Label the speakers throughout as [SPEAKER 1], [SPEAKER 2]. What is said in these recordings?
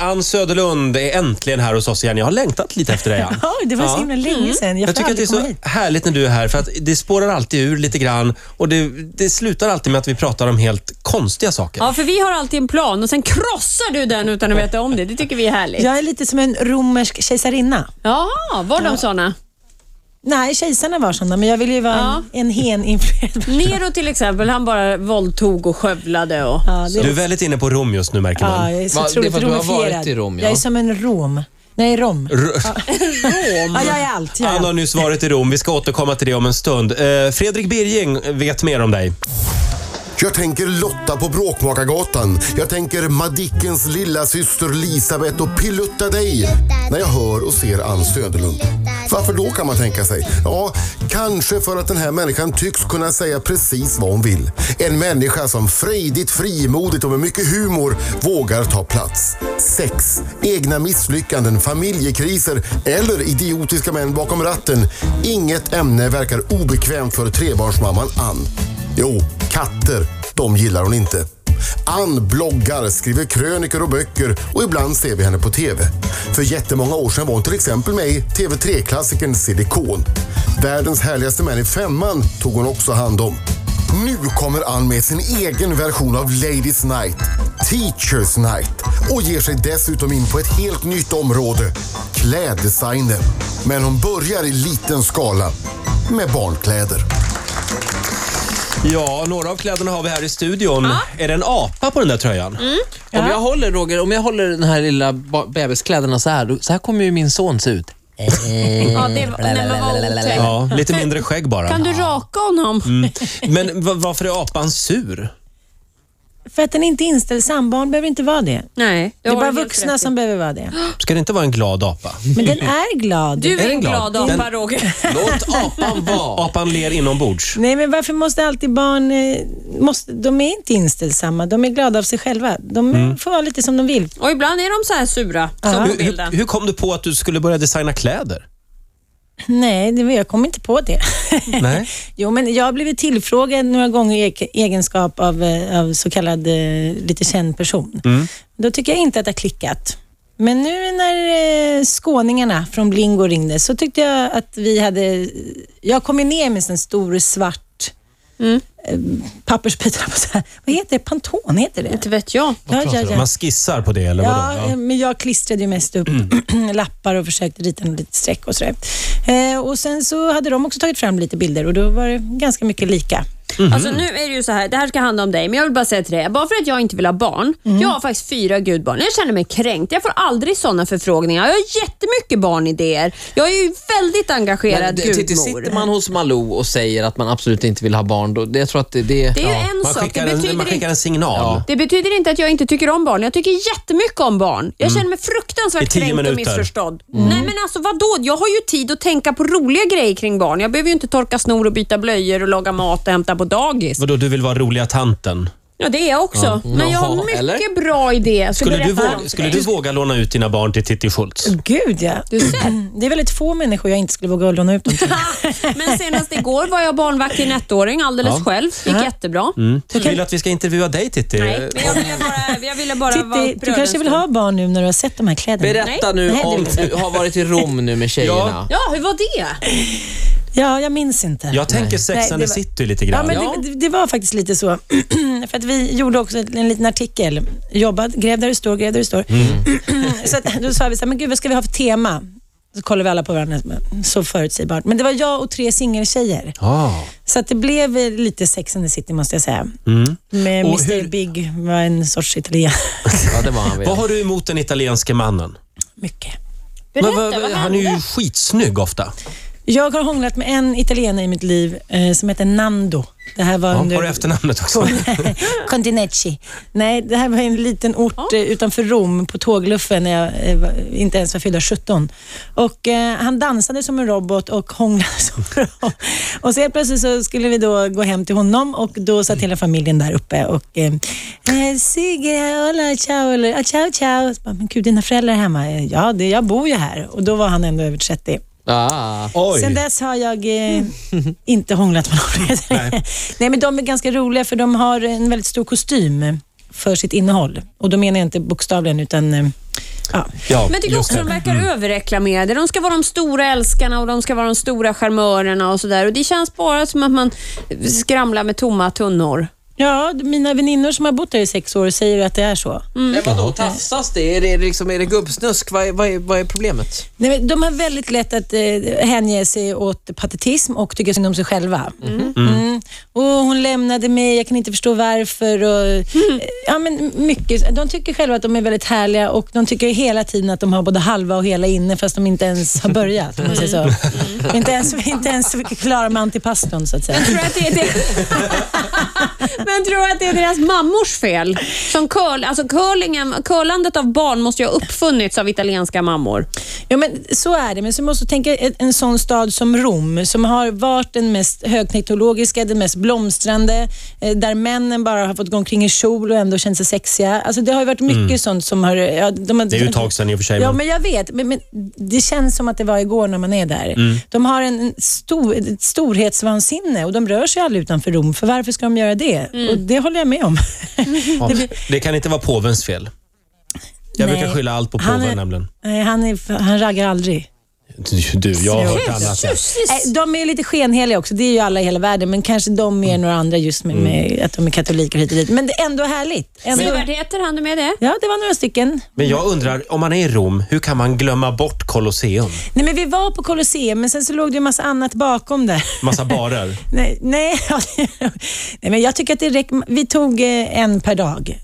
[SPEAKER 1] Ann Söderlund är äntligen här hos oss igen. Jag har längtat lite efter dig, Ann.
[SPEAKER 2] Ja, det var så himla länge sedan.
[SPEAKER 1] Jag
[SPEAKER 2] Jag, får
[SPEAKER 1] tycker att det är
[SPEAKER 2] aldrig
[SPEAKER 1] så
[SPEAKER 2] komma hit.
[SPEAKER 1] härligt när du är här, för att det spårar alltid ur lite grann och det, det slutar alltid med att vi pratar om helt konstiga saker.
[SPEAKER 3] Ja, för vi har alltid en plan och sen krossar du den utan att veta om det. Det tycker vi är härligt.
[SPEAKER 2] Jag är lite som en romersk kejsarinna.
[SPEAKER 3] Jaha, var de såna?
[SPEAKER 2] Nej, kejsarna var såna, men jag ville ju vara
[SPEAKER 3] Ja.
[SPEAKER 2] en, en heninfluerad
[SPEAKER 3] Nero till exempel, han bara våldtog och skövlade och...
[SPEAKER 2] Ja, det
[SPEAKER 1] Du är väldigt inne på Rom just nu, märker
[SPEAKER 2] ja,
[SPEAKER 1] man.
[SPEAKER 2] jag är så
[SPEAKER 4] Va, det är
[SPEAKER 2] otroligt
[SPEAKER 4] för att du har varit
[SPEAKER 2] romifierad.
[SPEAKER 4] i Rom, ja.
[SPEAKER 2] Jag är som en rom. Nej, rom.
[SPEAKER 1] R-
[SPEAKER 2] Ja, jag är allt. Jag är
[SPEAKER 1] Ann har
[SPEAKER 2] allt.
[SPEAKER 1] nyss varit i Rom. Vi ska återkomma till det om en stund. Eh, Fredrik Birging vet mer om dig.
[SPEAKER 5] Jag tänker Lotta på Bråkmakargatan. Jag tänker Madickens lilla syster Lisabeth och Pilutta dig. När jag hör och ser Ann Söderlund. Varför då kan man tänka sig? Ja, kanske för att den här människan tycks kunna säga precis vad hon vill. En människa som frejdigt, frimodigt och med mycket humor vågar ta plats. Sex, egna misslyckanden, familjekriser eller idiotiska män bakom ratten. Inget ämne verkar obekvämt för trebarnsmamman Ann. Jo, katter, de gillar hon inte. Ann bloggar, skriver krönikor och böcker och ibland ser vi henne på TV. För jättemånga år sedan var hon till exempel med i TV3-klassikern Silikon. Världens härligaste män i femman tog hon också hand om. Nu kommer Ann med sin egen version av Ladies Night, Teachers Night och ger sig dessutom in på ett helt nytt område, kläddesigner. Men hon börjar i liten skala, med barnkläder.
[SPEAKER 1] Ja, några av kläderna har vi här i studion. Är det en apa på den där tröjan?
[SPEAKER 2] Mm.
[SPEAKER 4] Om jag håller Roger, om jag håller den här lilla ba- bebiskläderna så här, då- så här kommer ju min son se ut.
[SPEAKER 3] Ja, det var, nej, men vad otäckt.
[SPEAKER 1] Ja, lite mindre skägg bara.
[SPEAKER 3] Kan du raka honom?
[SPEAKER 1] Men va- varför är apan sur?
[SPEAKER 2] För att den är inte är inställsam. Barn behöver inte vara det.
[SPEAKER 3] Nej,
[SPEAKER 2] Det är
[SPEAKER 3] har
[SPEAKER 2] bara
[SPEAKER 3] du helt
[SPEAKER 2] vuxna
[SPEAKER 3] rätt i.
[SPEAKER 2] som behöver vara det.
[SPEAKER 1] Ska det inte vara en glad apa?
[SPEAKER 2] Men den är glad.
[SPEAKER 3] Du är
[SPEAKER 1] den
[SPEAKER 3] en
[SPEAKER 1] glad?
[SPEAKER 3] glad apa,
[SPEAKER 1] Den-
[SPEAKER 3] Roger.
[SPEAKER 4] Låt apan vara.
[SPEAKER 1] Apan ler inombords.
[SPEAKER 2] Nej, men varför måste alltid barn... eh, Måste, de är inte inställsamma. De är glada av sig själva. De eh,
[SPEAKER 4] Mm.
[SPEAKER 2] får vara lite som de vill.
[SPEAKER 3] Och ibland är de så här sura, som på
[SPEAKER 1] Hur, hur,
[SPEAKER 3] bilden.
[SPEAKER 1] hur kom du på att du skulle börja designa kläder?
[SPEAKER 2] Nej, det, jag kom inte på det.
[SPEAKER 1] Nej.
[SPEAKER 2] jo, men jag har blivit tillfrågad några gånger i eke- egenskap av, eh, av så kallad eh, lite känd person. Då tycker jag inte att det har klickat. Men nu när eh, skåningarna från Blingo ringde så tyckte jag att vi hade... Jag kom ju ner med en stor svart eh, pappersbitar. på så här. Vad heter det? Panton, heter det?
[SPEAKER 3] Inte vet jag.
[SPEAKER 2] Ja, ja, ja.
[SPEAKER 1] Man skissar på det eller
[SPEAKER 2] Ja,
[SPEAKER 1] vadå?
[SPEAKER 2] eh,
[SPEAKER 1] Ja.
[SPEAKER 2] men jag klistrade ju mest upp lappar och försökte rita en litet streck och sådär. Eh, och sen så hade de också tagit fram lite bilder och då var det ganska mycket lika.
[SPEAKER 1] Mhm.
[SPEAKER 3] Alltså nu är det ju så här, det här ska handla om dig, men jag vill bara säga till dig, bara för att jag inte vill ha barn,
[SPEAKER 1] Mm.
[SPEAKER 3] jag har faktiskt fyra gudbarn, jag känner mig kränkt. Jag får aldrig sådana förfrågningar. Jag har jättemycket barnidéer. Jag är ju väldigt engagerad
[SPEAKER 4] Men det- titta,
[SPEAKER 3] gudmor.
[SPEAKER 4] Sitter man hos Malou och säger att man absolut inte vill ha barn, då, det, jag tror att det, det,
[SPEAKER 3] Det är
[SPEAKER 4] ja.
[SPEAKER 3] ju en
[SPEAKER 1] Man,
[SPEAKER 3] sak. Det
[SPEAKER 1] skickar en,
[SPEAKER 3] betyder,
[SPEAKER 1] man skickar
[SPEAKER 3] inte,
[SPEAKER 1] en signal.
[SPEAKER 3] det betyder inte att jag inte tycker om barn. Jag tycker jättemycket om barn. Jag känner mig fruktansvärt
[SPEAKER 1] Mm. I tio
[SPEAKER 3] kränkt och
[SPEAKER 1] minuter. Mm.
[SPEAKER 3] missförstådd. Nej men alltså vadå? Jag har ju tid att tänka på roliga grejer kring barn. Jag behöver ju inte torka snor och byta blöjor och laga mat och hämta på dagis.
[SPEAKER 1] Vadå, du vill vara roliga tanten?
[SPEAKER 3] Ja det är jag också. Men jag har
[SPEAKER 4] Jaha,
[SPEAKER 3] mycket
[SPEAKER 4] eller?
[SPEAKER 3] bra idéer. Jag ska
[SPEAKER 1] Skulle du,
[SPEAKER 3] berätta
[SPEAKER 1] våga,
[SPEAKER 3] dem för
[SPEAKER 1] skulle
[SPEAKER 3] dig.
[SPEAKER 1] du våga låna ut dina barn till Titti Schultz?
[SPEAKER 2] Gud ja. Det är väldigt få människor jag inte skulle våga låna ut dem till.
[SPEAKER 3] Men senast igår var jag barnvakt till en ettåring alldeles själv. Det gick jättebra.
[SPEAKER 1] Du vill att vi ska intervjua dig Titti?
[SPEAKER 3] Nej, men jag ville bara, jag ville bara vara
[SPEAKER 2] Eh, Titti, du
[SPEAKER 3] upprörd
[SPEAKER 2] kanske
[SPEAKER 3] en
[SPEAKER 2] vill
[SPEAKER 3] stund.
[SPEAKER 2] ha barn nu när du har sett de här kläderna?
[SPEAKER 4] Berätta nu
[SPEAKER 2] Nej, det
[SPEAKER 4] om,
[SPEAKER 2] vill jag
[SPEAKER 4] du har varit i Rom nu med tjejerna.
[SPEAKER 3] Ja, hur var det?
[SPEAKER 2] Ja, jag minns inte.
[SPEAKER 1] Jag tänker Sex
[SPEAKER 2] Nej,
[SPEAKER 1] and the
[SPEAKER 2] det var-
[SPEAKER 1] City lite
[SPEAKER 2] Ja,
[SPEAKER 1] grann.
[SPEAKER 2] men det, det var faktiskt lite så. För att vi gjorde också en liten artikel. Jobbat, gräv där det står, gräv där det står.
[SPEAKER 1] Mm.
[SPEAKER 2] så att, då sa vi så här, men gud vad ska vi ha för tema? Så kollade vi alla på varandra, men så förutsägbart. Men det var jag och tre singeltjejer.
[SPEAKER 1] Ah.
[SPEAKER 2] Så att det blev eh, lite Sex and the City måste jag säga. Med
[SPEAKER 1] Mm. Och
[SPEAKER 2] Mr
[SPEAKER 1] hur-
[SPEAKER 2] Big var en sorts italien.
[SPEAKER 4] Ja, det var han väl.
[SPEAKER 1] Vad har du emot den italienske mannen?
[SPEAKER 2] Mycket.
[SPEAKER 3] Berätta,
[SPEAKER 1] Men vad-
[SPEAKER 3] vad
[SPEAKER 1] han är ju skitsnygg ofta.
[SPEAKER 2] Jag har hånglat med en italienare i mitt liv eh, som heter Nando. Det här var
[SPEAKER 1] Ja,
[SPEAKER 2] under...
[SPEAKER 1] har du efternamnet också?
[SPEAKER 2] Continecci. Nej, det här var en liten ort eh, utanför Rom på tågluffen när jag eh, var- inte ens var fyllda 17. Och, eh, han dansade som en robot och hånglade som en robot. Och så helt plötsligt så skulle vi då gå hem till honom och då satt hela familjen där uppe och eh, eh, Sigge, hola, ciao, eller, ah, ciao, ciao. Så bara, Men gud, dina föräldrar är hemma? "Eh, Ja, det, jag bor ju här. Och då var han ändå över 30.
[SPEAKER 4] Ah.
[SPEAKER 2] Sen
[SPEAKER 1] Oj,
[SPEAKER 2] dess har jag eh, inte hånglat med någon redare. Nej. men de är ganska roliga för de har en väldigt stor kostym för sitt innehåll. Och då menar jag inte bokstavligen utan eh, Ja.
[SPEAKER 1] Ja,
[SPEAKER 3] Men jag tycker
[SPEAKER 1] just
[SPEAKER 3] också
[SPEAKER 1] det. Mm.
[SPEAKER 3] de verkar överreklamerade. De ska vara de stora älskarna och de ska vara de stora charmörerna och sådär. Och Det känns bara som att man skramlar med tomma tunnor.
[SPEAKER 2] Ja, mina väninnor som har bott där i sex år säger att det är så.
[SPEAKER 4] Men vadå, tafsas det? Är det, liksom, är det gubbsnusk? Vad är, vad, är, vad är problemet?
[SPEAKER 2] Nej, men de har väldigt lätt att eh, hänge sig åt patetism och tycka synd om sig själva. Mm. Och hon lämnade mig, jag kan inte förstå varför. Och, eh, ja, men mycket. De tycker själva att de är väldigt härliga och de tycker hela tiden att de har både halva och hela inne fast de inte ens har börjat. Om man säger så. Inte, ens, inte ens klarar med antipaston så att säga.
[SPEAKER 3] Men tror du att det är, det... Men tror du att det är deras mammors fel? Som curl, alltså curlingen, curlandet av barn måste ju ha uppfunnits av italienska mammor.
[SPEAKER 2] Ja, men så är det, men så måste du tänka en, en sån stad som Rom som har varit den mest högteknologiska, den mest blomstrande, eh, där männen bara har fått gå omkring i kjol och ändå känt sig sexiga. Alltså, det har ju varit mycket sånt som har... Ja, de har
[SPEAKER 1] Mm. Det är ju ett tag sedan i och för sig.
[SPEAKER 2] Ja,
[SPEAKER 1] men-
[SPEAKER 2] men jag vet. Men, men det känns som att det var igår när man är där.
[SPEAKER 1] Mm.
[SPEAKER 2] De har en stor, ett storhetsvansinne och de rör sig aldrig utanför Rom, för varför ska de göra det? Och Det håller jag med om.
[SPEAKER 1] Ja, det kan inte vara påvens fel. Jag
[SPEAKER 2] Nej.
[SPEAKER 1] brukar skylla allt på
[SPEAKER 2] Han
[SPEAKER 1] påven
[SPEAKER 2] är-
[SPEAKER 1] nämligen.
[SPEAKER 2] Nej, han, är, han raggar aldrig.
[SPEAKER 1] Du, du, jag har hört annat.
[SPEAKER 3] Eh,
[SPEAKER 2] Nej, Äh, De är ju lite skenheliga också, det är ju alla i hela världen, men kanske de
[SPEAKER 1] Mm.
[SPEAKER 2] mer än några andra just med, med att de är katoliker hit och dit. Men det är ändå härligt. Ändå,
[SPEAKER 3] Sevärdheter, hann du med det?
[SPEAKER 2] ja, det var några stycken.
[SPEAKER 1] Men jag undrar, om man är i Rom, hur kan man glömma bort Colosseum?
[SPEAKER 2] Nej, men vi var på Colosseum, men sen så låg det ju massa annat bakom där.
[SPEAKER 1] Massa barer.
[SPEAKER 2] Nej, nej, nej men jag tycker att det räcker. Vi tog eh, en per dag.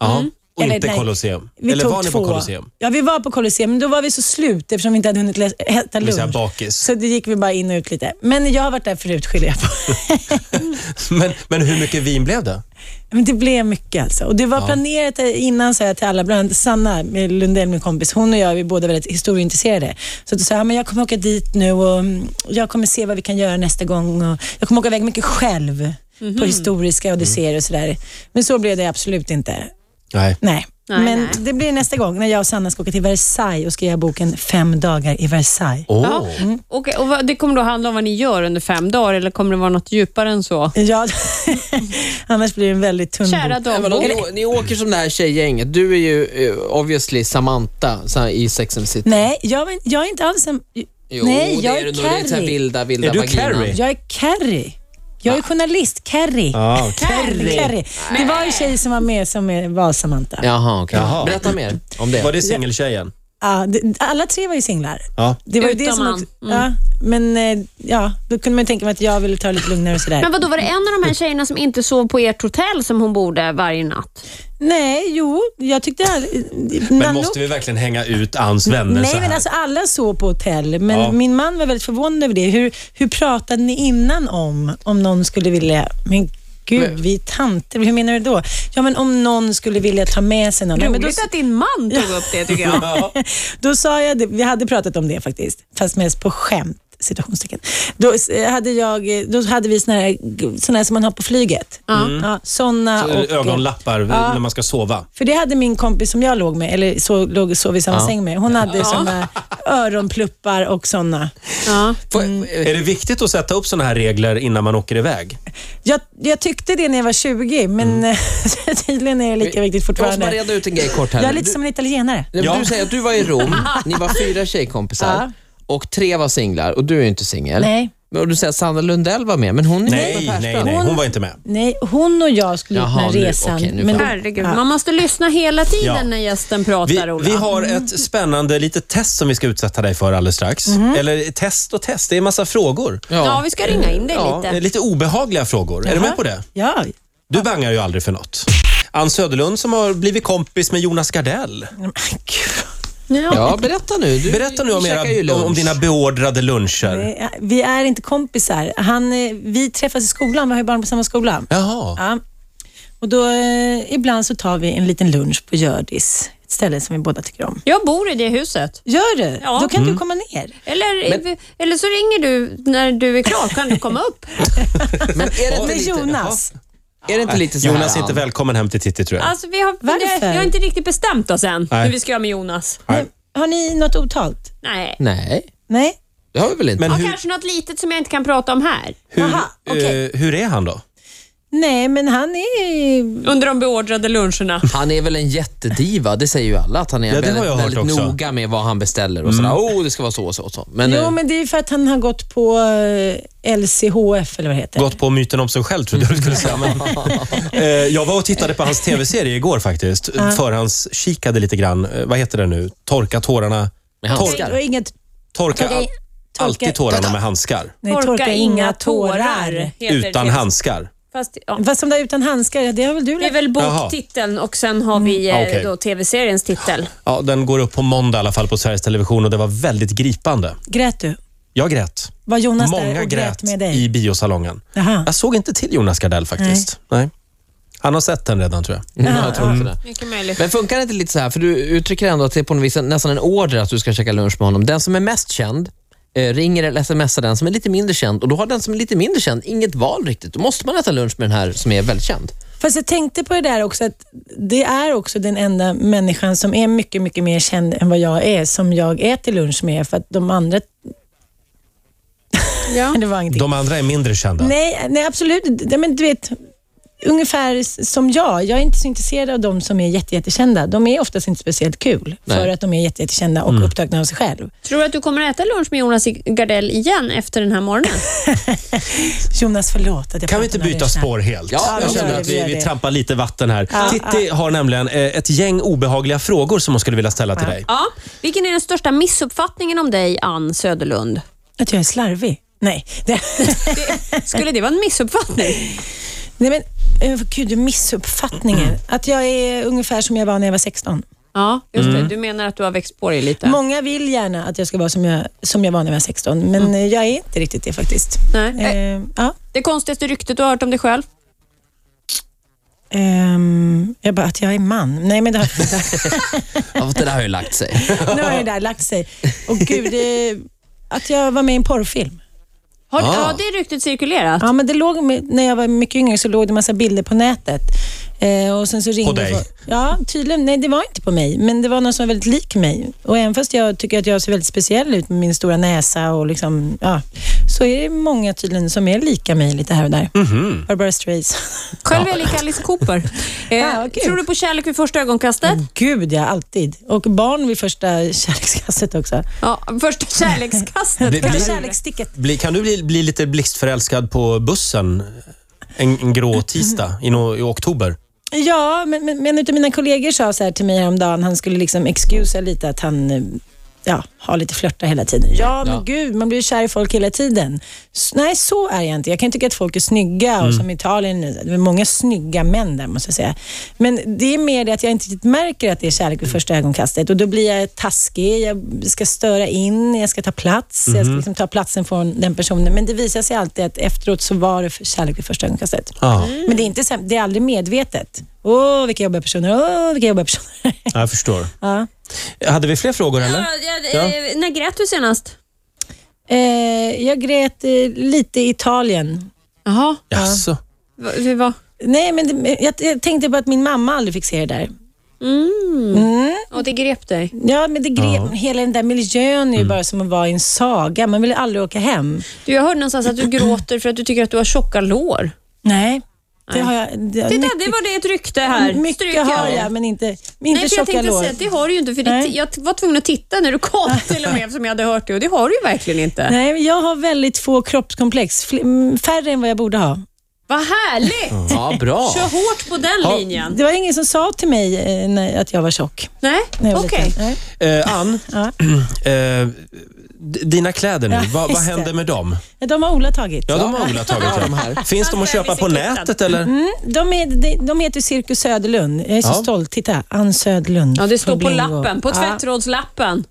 [SPEAKER 1] Ja. Och
[SPEAKER 2] Eller
[SPEAKER 1] inte
[SPEAKER 2] nej.
[SPEAKER 1] Colosseum.
[SPEAKER 2] Vi
[SPEAKER 1] Eller
[SPEAKER 2] tog
[SPEAKER 1] var ni
[SPEAKER 2] två.
[SPEAKER 1] på Colosseum?
[SPEAKER 2] Ja, vi var på Colosseum, men då var vi så slut eftersom vi inte hade hunnit lä- äta
[SPEAKER 1] vill säga
[SPEAKER 2] lunch.
[SPEAKER 1] bakis.
[SPEAKER 2] Så det gick vi bara in och ut lite. Men jag har varit där förut, skyller jag på.
[SPEAKER 1] Men, men hur mycket vin blev det?
[SPEAKER 2] Men det blev mycket alltså. Och det var planerat innan sa jag till alla, bland annat Sanna Lundell, min kompis, hon och jag vi är båda väldigt historieintresserade. Så då sa jag, "Ja, men jag kommer åka dit nu och mm, jag kommer se vad vi kan göra nästa gång. Och jag kommer åka iväg mycket själv
[SPEAKER 3] Mhm.
[SPEAKER 2] på
[SPEAKER 4] Mm.
[SPEAKER 2] historiska odysséer och sådär. Men så blev det absolut inte.
[SPEAKER 1] Nej.
[SPEAKER 2] Nej.
[SPEAKER 3] Nej,
[SPEAKER 2] men
[SPEAKER 3] nej.
[SPEAKER 2] det blir nästa gång när jag och Sanna ska åka till Versailles och skriva boken Fem dagar i Versailles.
[SPEAKER 1] Åh.
[SPEAKER 3] Ja. Okej, och vad, det kommer då handla om vad ni gör under fem dagar eller kommer det vara något djupare än så?
[SPEAKER 2] Ja, annars blir det en väldigt tunn
[SPEAKER 3] Kära
[SPEAKER 2] bok.
[SPEAKER 4] Nej, vadå,
[SPEAKER 3] dagbok.
[SPEAKER 4] ni, ni åker som det här tjejgänget. Du är ju eh, obviously Samantha så här, i Sex and the City.
[SPEAKER 2] Nej, jag, var- jag är inte alls en...
[SPEAKER 4] Jo,
[SPEAKER 2] nej,
[SPEAKER 4] det
[SPEAKER 2] jag
[SPEAKER 4] är du
[SPEAKER 2] är
[SPEAKER 4] nog. Det är så här
[SPEAKER 2] Carrie.
[SPEAKER 4] vilda, vilda
[SPEAKER 1] Är du
[SPEAKER 4] vaginan.
[SPEAKER 1] Carrie?
[SPEAKER 2] Jag är Carrie. Jag är journalist, Carrie.
[SPEAKER 1] Ja, Ah, okej.
[SPEAKER 2] Carrie. Carrie. Det var en tjej som var med som är- var Samantha. Ja.
[SPEAKER 4] Jaha, okej.
[SPEAKER 1] Jaha.
[SPEAKER 4] Berätta mer om det.
[SPEAKER 1] Var det singeltjejen?
[SPEAKER 2] det- alla tre var ju singlar.
[SPEAKER 1] Ja.
[SPEAKER 2] Det var ju
[SPEAKER 3] Utom
[SPEAKER 2] det som
[SPEAKER 3] han. Mm.
[SPEAKER 2] också, ja, men eh, ja, då kunde man ju tänka mig att jag ville ta det lite lugnare och sådär.
[SPEAKER 3] Men vadå, var det en av de här tjejerna som inte sov på ert hotell som hon borde varje natt?
[SPEAKER 2] Nej, jo, jag tyckte...
[SPEAKER 1] Men måste vi verkligen hänga ut Anns vänner så
[SPEAKER 2] Nej,
[SPEAKER 1] här?
[SPEAKER 2] men alltså alla sov på hotell, men
[SPEAKER 1] Ja.
[SPEAKER 2] min man var väldigt förvånad över det. Hur, hur pratade ni innan om, om någon skulle vilja... Men gud, vi är tanter. Hur menar du då? Ja, men om någon skulle vilja ta med sig någon. Ja, men då,
[SPEAKER 3] Roligt att din man tog upp det tycker jag.
[SPEAKER 2] Då sa jag det, vi hade pratat om det faktiskt, fast mest på skämt situationstecken. Då, eh, hade jag, då hade vi såna här, såna här som man har på flyget.
[SPEAKER 4] Mm.
[SPEAKER 2] Ja, såna alltså, och,
[SPEAKER 1] Ögonlappar när man ska sova.
[SPEAKER 2] För det hade min kompis som jag låg med, eller så, låg, sov i samma säng med, hon hade såna öronpluppar och såna.
[SPEAKER 3] Ja.
[SPEAKER 4] Får-
[SPEAKER 2] Mm.
[SPEAKER 4] eh,
[SPEAKER 1] Är det viktigt att sätta upp såna här regler innan man åker iväg?
[SPEAKER 2] Jag, jag tyckte det när jag var 20, men
[SPEAKER 4] Mm.
[SPEAKER 2] tydligen är det lika viktigt
[SPEAKER 4] Jag måste bara
[SPEAKER 2] fortfarande.
[SPEAKER 4] reda ut en grej kort här.
[SPEAKER 2] Jag är lite
[SPEAKER 4] Du-
[SPEAKER 2] som en italienare.
[SPEAKER 4] Nej, men
[SPEAKER 1] Ja.
[SPEAKER 4] Du säger att du var i Rom, ni var fyra tjejkompisar
[SPEAKER 2] Ja.
[SPEAKER 4] och tre var singlar och du är ju inte singel.
[SPEAKER 2] Nej.
[SPEAKER 4] Men- Och du säger att Sandra Lundell var med, men hon är
[SPEAKER 1] Nej,
[SPEAKER 4] med
[SPEAKER 1] nej, nej. Hon var inte med.
[SPEAKER 2] Nej, hon och jag skulle ut
[SPEAKER 4] Jaha,
[SPEAKER 2] den här
[SPEAKER 4] nu-
[SPEAKER 2] resan.
[SPEAKER 4] okej, nu
[SPEAKER 2] men
[SPEAKER 4] fattar
[SPEAKER 3] Herregud, man måste lyssna hela tiden
[SPEAKER 1] Ja.
[SPEAKER 3] när gästen pratar,
[SPEAKER 1] Vi,
[SPEAKER 3] Ola.
[SPEAKER 1] vi har ett spännande litet test som vi ska utsätta dig för alldeles strax. Eller test och test, det är en massa frågor.
[SPEAKER 3] ja. vi ska ringa in dig
[SPEAKER 1] Ja, eh,
[SPEAKER 3] lite.
[SPEAKER 1] lite obehagliga frågor. Är du med på det?
[SPEAKER 2] Ja,
[SPEAKER 1] Du bangar ju aldrig för något. Ann Söderlund som har blivit kompis med Jonas Gardell.
[SPEAKER 2] men gud.
[SPEAKER 4] Ja, berätta nu. Du,
[SPEAKER 1] Berätta nu om,
[SPEAKER 4] vi käkar ju
[SPEAKER 1] era,
[SPEAKER 4] lunch.
[SPEAKER 1] om, om dina beordrade luncher.
[SPEAKER 2] Eh, Vi är inte kompisar. Han, eh, vi träffas i skolan, vi har ju barn på samma skola.
[SPEAKER 1] Jaha.
[SPEAKER 2] Ja. Och då, eh, ibland så tar vi en liten lunch på Hjördis, ett ställe som vi båda tycker om.
[SPEAKER 3] Jag bor i det huset.
[SPEAKER 2] Gör du?
[SPEAKER 3] Ja.
[SPEAKER 2] Då kan du komma ner.
[SPEAKER 3] Eller, eller så ringer du när du är klar. Kan du komma upp?
[SPEAKER 4] Men är det inte
[SPEAKER 2] Med
[SPEAKER 4] lite,
[SPEAKER 2] Jonas.
[SPEAKER 4] Är det inte lite så här,
[SPEAKER 1] Jonas är inte
[SPEAKER 4] Ann?
[SPEAKER 1] välkommen hem till Titti tror jag.
[SPEAKER 3] Alltså, vi har,
[SPEAKER 2] Varför?
[SPEAKER 3] Vi har inte riktigt bestämt oss än
[SPEAKER 1] Nej.
[SPEAKER 3] hur vi ska göra med Jonas.
[SPEAKER 1] Nej.
[SPEAKER 2] Har ni något otalt?
[SPEAKER 3] Nej.
[SPEAKER 4] Nej,
[SPEAKER 2] Nej?
[SPEAKER 4] det har vi väl inte?
[SPEAKER 1] Men
[SPEAKER 3] Ja,
[SPEAKER 1] hur,
[SPEAKER 3] kanske något litet som jag inte kan prata om här.
[SPEAKER 1] hur,
[SPEAKER 2] Aha, okej.
[SPEAKER 1] eh, hur är han då?
[SPEAKER 2] Nej, men han
[SPEAKER 1] eh,
[SPEAKER 2] är...
[SPEAKER 3] Under de beordrade luncherna.
[SPEAKER 4] Han är väl en jättediva, det säger ju alla. Att han är
[SPEAKER 1] Ja, det har
[SPEAKER 4] väldigt,
[SPEAKER 1] jag hört
[SPEAKER 4] väldigt
[SPEAKER 1] också. Mm.
[SPEAKER 4] noga med vad han beställer och sådär. Oh, det ska vara så och så. Och så. Men,
[SPEAKER 2] Jo,
[SPEAKER 4] eh,
[SPEAKER 2] men det är ju för att han har gått på eh, LCHF, eller vad det heter.
[SPEAKER 1] Gått på myten om sig själv trodde jag du skulle säga. Men, eh, jag var och tittade på hans tv-serie igår faktiskt. Förhandskikade lite grann. Eh, Vad heter det nu? Torka tårarna.
[SPEAKER 4] Med handskar.
[SPEAKER 2] Och inget...
[SPEAKER 1] Torka
[SPEAKER 2] Torka-
[SPEAKER 1] all- alltid
[SPEAKER 2] torka-
[SPEAKER 1] tårarna med handskar.
[SPEAKER 2] Nej, torka, inga tårar.
[SPEAKER 3] heter
[SPEAKER 1] Utan
[SPEAKER 3] det.
[SPEAKER 1] handskar.
[SPEAKER 3] Fast, ja.
[SPEAKER 2] Fast de där utan handskar, det har väl du
[SPEAKER 3] Det
[SPEAKER 2] lärt
[SPEAKER 3] är väl
[SPEAKER 1] Jaha.
[SPEAKER 3] boktiteln och sen har vi eh,
[SPEAKER 1] Ah, okej.
[SPEAKER 3] då tv-seriens titel.
[SPEAKER 1] Ja, den går upp på måndag i alla fall på Sveriges Television och det var väldigt gripande.
[SPEAKER 2] Grät du?
[SPEAKER 1] Jag grät.
[SPEAKER 2] Var Jonas där
[SPEAKER 1] Många
[SPEAKER 2] och grät,
[SPEAKER 1] grät
[SPEAKER 2] med dig?
[SPEAKER 1] i biosalongen.
[SPEAKER 2] Jaha.
[SPEAKER 1] Jag såg inte till Jonas Gardell faktiskt. Nej. Han har sett den redan tror jag.
[SPEAKER 4] Ja, jag
[SPEAKER 1] Mm.
[SPEAKER 4] tror inte det.
[SPEAKER 3] Mycket möjligt.
[SPEAKER 4] Men funkar det inte lite så här, för du uttrycker ändå att det är på något vis en- nästan en order att du ska käka lunch med honom. Den som är mest känd eh, ringer eller smsar den som är lite mindre känd och då har den som är lite mindre känd inget val riktigt. Då måste man äta lunch med den här som är väldigt känd.
[SPEAKER 2] Fast jag tänkte på det där också, att det är också den enda människan som är mycket, mycket mer känd än vad jag är, som jag äter lunch med, för att de andra...
[SPEAKER 3] Ja.
[SPEAKER 2] Det var ingenting.
[SPEAKER 1] De andra är mindre kända.
[SPEAKER 2] Nej, nej absolut. Nej, men du vet, ungefär s- som jag. Jag är inte så intresserad av de som är jätte, jättekända. De är oftast inte speciellt kul
[SPEAKER 4] Nej.
[SPEAKER 2] för att de är jätte, jättekända och
[SPEAKER 1] Mm.
[SPEAKER 2] upptagna av sig själv.
[SPEAKER 3] Tror du att du kommer äta lunch med Jonas Gardell igen efter den här morgonen?
[SPEAKER 2] Jonas, förlåt att jag
[SPEAKER 1] Kan vi
[SPEAKER 2] pratar
[SPEAKER 1] inte
[SPEAKER 2] om det
[SPEAKER 1] byta
[SPEAKER 2] här snabbt.
[SPEAKER 1] spår helt?
[SPEAKER 4] Ja,
[SPEAKER 1] jag
[SPEAKER 4] vi
[SPEAKER 1] känner
[SPEAKER 4] gör
[SPEAKER 1] att
[SPEAKER 2] det, vi
[SPEAKER 1] vi,
[SPEAKER 2] gör
[SPEAKER 1] vi
[SPEAKER 2] det.
[SPEAKER 1] trampar lite vatten här.
[SPEAKER 2] Ja,
[SPEAKER 1] Titti har nämligen eh, ett gäng obehagliga frågor som hon skulle vilja ställa till dig.
[SPEAKER 3] Ja. Vilken är den största missuppfattningen om dig, Ann Söderlund?
[SPEAKER 2] Att jag är slarvig? Nej. Det,
[SPEAKER 3] Skulle det vara en missuppfattning?
[SPEAKER 2] nej men, eh, gud,
[SPEAKER 1] Mm.
[SPEAKER 2] missuppfattningen. Att jag är ungefär som jag var när jag var 16.
[SPEAKER 3] Ja, just det. Du menar att du har växt på dig lite?
[SPEAKER 2] Många vill gärna att jag ska vara som jag, som jag var när jag var 16, men eh, jag är inte riktigt det faktiskt.
[SPEAKER 3] Nej.
[SPEAKER 2] Eh, ja.
[SPEAKER 3] Det konstigaste ryktet du har hört om dig själv?
[SPEAKER 2] Ehm, jag bara, att jag är man. Nej, men det har jag inte.
[SPEAKER 4] Ja, för det där har ju lagt sig.
[SPEAKER 2] Nu har det där lagt sig. Och gud, eh, att jag var med i en porrfilm.
[SPEAKER 3] Har
[SPEAKER 4] Ah.
[SPEAKER 3] ja, det ryktet cirkulerat?
[SPEAKER 2] Ja, men det låg, med- när jag var mycket yngre så låg det massa bilder på nätet. Eh, och sen så ringde
[SPEAKER 1] dig?
[SPEAKER 2] folk- ja, tydligen. Nej, det var inte på mig, men det var någon som var väldigt lik mig. Och även fast jag tycker att jag ser väldigt speciell ut med min stora näsa och liksom, ja, så är det många tydligen som är lika mig lite här och där. Barbara Streisand.
[SPEAKER 3] Själv är jag lik Alice Cooper. Eh,
[SPEAKER 2] Ja, okej.
[SPEAKER 3] Tror du på kärlek vid första ögonkastet?
[SPEAKER 2] Gud ja, alltid. Och barn vid första kärlekskastet också.
[SPEAKER 3] Ja, första kärlekskastet.
[SPEAKER 1] Det-
[SPEAKER 3] kanske.
[SPEAKER 2] Kärlekssticket.
[SPEAKER 1] Bli, kan du bli, bli lite blixtförälskad på bussen en, en grå tisdag i, no, i oktober?
[SPEAKER 2] Ja, men, men, men en utav mina kollegor sa så här till mig häromdagen, han skulle liksom excusa lite att han eh, ja, har lite flörtar hela tiden. Ja, men
[SPEAKER 4] Ja.
[SPEAKER 2] gud, man blir ju kär i folk hela tiden. S nej, så är jag inte. Jag kan tycka att folk är snygga och som Italien, eh, det är många snygga män där måste jag säga. Men det är mer det att jag inte riktigt märker att det är kärlek vid första ögonkastet och då blir jag taskig, jag ska störa in, jag ska ta plats, jag ska liksom ta platsen från den personen. Men det visar sig alltid att efteråt så var det för- kärlek vid första ögonkastet.
[SPEAKER 1] Ja,
[SPEAKER 2] Men det är, inte, så- det är aldrig medvetet. Åh, vilka jobbiga personer. Åh, vilka jobbiga personer.
[SPEAKER 1] jag förstår.
[SPEAKER 2] ja.
[SPEAKER 1] Hade vi fler frågor eller?
[SPEAKER 3] Ja, ja, eh, När grät du senast?
[SPEAKER 2] eh, jag grät eh, lite i Italien.
[SPEAKER 3] Jaha,
[SPEAKER 1] Jaså?
[SPEAKER 3] va- det var...
[SPEAKER 2] Nej, men det, men jag, jag tänkte på att min mamma aldrig fick se det där.
[SPEAKER 3] Och det grep dig?
[SPEAKER 2] Ja, Mm. men det grep, Hela den där miljön är ju bara som att vara i en saga. Man vill aldrig åka hem.
[SPEAKER 3] Du, jag hörde någonstans att du gråter för att du tycker att du har tjocka lår.
[SPEAKER 2] Nej. Det har jag... Det,
[SPEAKER 3] Titta, det var det ett rykte här. Stryk
[SPEAKER 2] mycket har jag, men inte, men inte
[SPEAKER 3] Nej, för jag
[SPEAKER 2] tjocka
[SPEAKER 3] tänkte
[SPEAKER 2] lår.
[SPEAKER 3] säga att det har du ju inte. För det,
[SPEAKER 2] Nej.
[SPEAKER 3] jag t- var tvungen att titta när du kom till och med eftersom jag hade hört det och det har du ju verkligen inte.
[SPEAKER 2] Nej, men jag har väldigt få kroppskomplex. Fl- mm, Färre än vad jag borde ha.
[SPEAKER 3] Vad härligt!
[SPEAKER 4] Ja, bra.
[SPEAKER 3] Kör hårt på den
[SPEAKER 1] Ja.
[SPEAKER 3] linjen.
[SPEAKER 2] Det var ingen som sa till mig eh, när, att jag var tjock.
[SPEAKER 3] Nej,
[SPEAKER 2] när jag var
[SPEAKER 3] okej.
[SPEAKER 2] liten. Nej.
[SPEAKER 1] Eh, Ann,
[SPEAKER 2] Ja.
[SPEAKER 1] eh, d- dina kläder nu,
[SPEAKER 2] Ja,
[SPEAKER 1] vad, vad
[SPEAKER 2] just det.
[SPEAKER 1] händer med dem?
[SPEAKER 2] Ja, De har Ola tagit.
[SPEAKER 1] Ja, de har Ola tagit.
[SPEAKER 4] Ja, de
[SPEAKER 1] Ja.
[SPEAKER 4] här.
[SPEAKER 1] Finns de att köpa på nätet eller?
[SPEAKER 2] De, är, de, de heter Cirkus Söderlund. Jag är så
[SPEAKER 1] Ja.
[SPEAKER 2] stolt. Titta, Ann Söderlund.
[SPEAKER 3] Ja, det står på
[SPEAKER 2] Bingo.
[SPEAKER 3] lappen, på
[SPEAKER 2] Ja,
[SPEAKER 3] tvättrådslappen.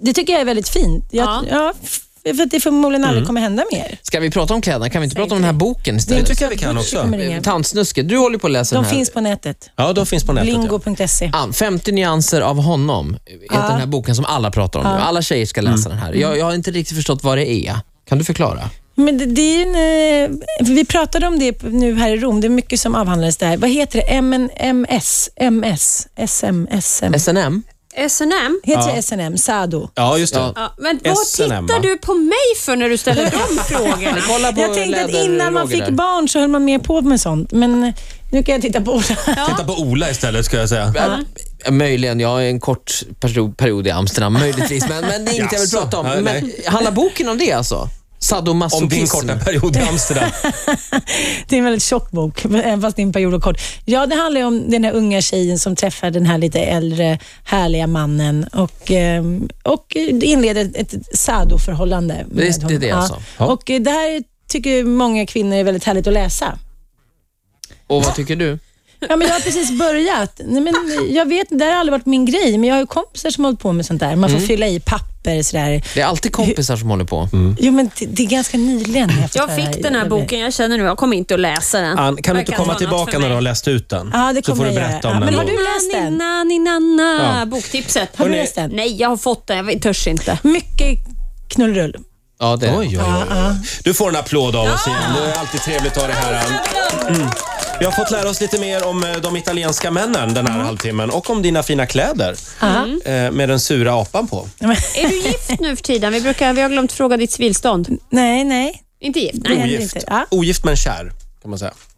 [SPEAKER 2] det tycker jag är väldigt fint. Jag,
[SPEAKER 3] Ja.
[SPEAKER 2] ja. f- för att det förmodligen
[SPEAKER 1] Mm.
[SPEAKER 2] aldrig kommer hända mer.
[SPEAKER 4] Ska vi prata om kläderna? Kan vi inte prata om den här boken
[SPEAKER 1] Det
[SPEAKER 4] istället?
[SPEAKER 1] tycker jag vi kan
[SPEAKER 2] Det
[SPEAKER 1] också.
[SPEAKER 2] kommer ingen.
[SPEAKER 4] Tantsnuske, du håller på att läsa
[SPEAKER 2] De
[SPEAKER 4] den här.
[SPEAKER 2] finns på nätet.
[SPEAKER 1] Ja, de finns på nätet. Ja.
[SPEAKER 2] Blingo.se.
[SPEAKER 4] Ann, 50 nyanser av honom heter den här boken som alla pratar om nu. Alla tjejer ska läsa den
[SPEAKER 2] Mm.
[SPEAKER 4] här. Jag, jag har inte riktigt förstått vad det är. Kan du förklara?
[SPEAKER 2] Men det, det är ju en, eh, vi pratade om det nu här i Rom. Det är mycket som avhandlades där. Vad heter det? MN, MS? MS? SM? SM?
[SPEAKER 4] SNM?
[SPEAKER 3] S&M?
[SPEAKER 2] Heter det S&M? Sado?
[SPEAKER 1] Ja, just det.
[SPEAKER 3] Ja, men vad
[SPEAKER 1] S&M, va?
[SPEAKER 3] tittar du på mig för när du ställer de frågorna?
[SPEAKER 4] Kolla på
[SPEAKER 2] Jag tänkte att
[SPEAKER 4] läderroger
[SPEAKER 2] innan man fick
[SPEAKER 4] där.
[SPEAKER 2] barn så höll man mer på med sånt, men nu kan jag titta på Ola.
[SPEAKER 1] Titta på Ola istället, ska jag säga.
[SPEAKER 4] Ja, Möjligen, jag har en kort period, period i Amsterdam, möjligtvis. Men, men det är inget jag vill
[SPEAKER 1] Jaså?
[SPEAKER 4] prata om.
[SPEAKER 1] Nej,
[SPEAKER 4] Men,
[SPEAKER 1] nej.
[SPEAKER 4] handlar boken om det alltså?
[SPEAKER 1] Om din
[SPEAKER 4] Sadomasochism?
[SPEAKER 1] korta period i Amsterdam.
[SPEAKER 2] Det är en väldigt tjock bok, även fast din period var kort. Ja, det handlar ju om den här unga tjejen som träffar den här lite äldre, härliga mannen och, ehm, och det inleder ett sadoförhållande. med
[SPEAKER 4] Det är- det är
[SPEAKER 2] honom.
[SPEAKER 4] det alltså. Ja.
[SPEAKER 2] Och eh, det här tycker många kvinnor är väldigt härligt att läsa.
[SPEAKER 4] Och vad tycker du?
[SPEAKER 2] Ja, men jag har precis börjat. Nej, men jag vet, det här har aldrig varit min grej, men jag har ju kompisar som har hållit på med sånt där. Man
[SPEAKER 4] Mm.
[SPEAKER 2] får fylla i papper sådär.
[SPEAKER 4] Det är alltid kompisar som håller på.
[SPEAKER 1] Mm.
[SPEAKER 2] Jo, men det, det är ganska nyligen. Jag, fått
[SPEAKER 3] Jag
[SPEAKER 2] höra
[SPEAKER 3] fick den här
[SPEAKER 2] det.
[SPEAKER 3] boken, jag känner nu jag kommer inte att läsa
[SPEAKER 1] Ann,
[SPEAKER 3] den.
[SPEAKER 1] kan du inte
[SPEAKER 3] Verkar
[SPEAKER 1] komma
[SPEAKER 3] vara något
[SPEAKER 1] tillbaka
[SPEAKER 3] för
[SPEAKER 1] när du har
[SPEAKER 3] mig.
[SPEAKER 1] läst ut den?
[SPEAKER 2] Ja, det
[SPEAKER 1] så får
[SPEAKER 2] kommer
[SPEAKER 1] du
[SPEAKER 2] jag
[SPEAKER 1] berätta
[SPEAKER 2] göra.
[SPEAKER 1] om
[SPEAKER 2] Ja,
[SPEAKER 1] den.
[SPEAKER 2] men har
[SPEAKER 1] då.
[SPEAKER 2] du- läst den?
[SPEAKER 3] Nanna, ninanna,
[SPEAKER 1] Ja.
[SPEAKER 3] boktipset.
[SPEAKER 2] Har du
[SPEAKER 1] Hörni-
[SPEAKER 2] läst den?
[SPEAKER 3] Nej, jag har fått den. Jag törs inte.
[SPEAKER 2] Mycket knullrull.
[SPEAKER 4] Ja, det är
[SPEAKER 1] Oj,
[SPEAKER 4] det.
[SPEAKER 1] oj, oj, oj. Du får en applåd av oss igen. Det är alltid trevligt att ha dig här, Ann. Mm. Vi har fått lära oss lite mer om eh, de italienska männen den här halvtimmen och om dina fina kläder eh, med den sura apan på.
[SPEAKER 3] Är du gift nu för tiden? Vi, brukar, vi har glömt fråga ditt civilstånd.
[SPEAKER 2] Nej, nej.
[SPEAKER 3] Inte gift?
[SPEAKER 2] Det
[SPEAKER 3] Nej.
[SPEAKER 2] händer
[SPEAKER 1] Ogift.
[SPEAKER 2] inte. Ja.
[SPEAKER 1] Ogift men kär, kan man säga.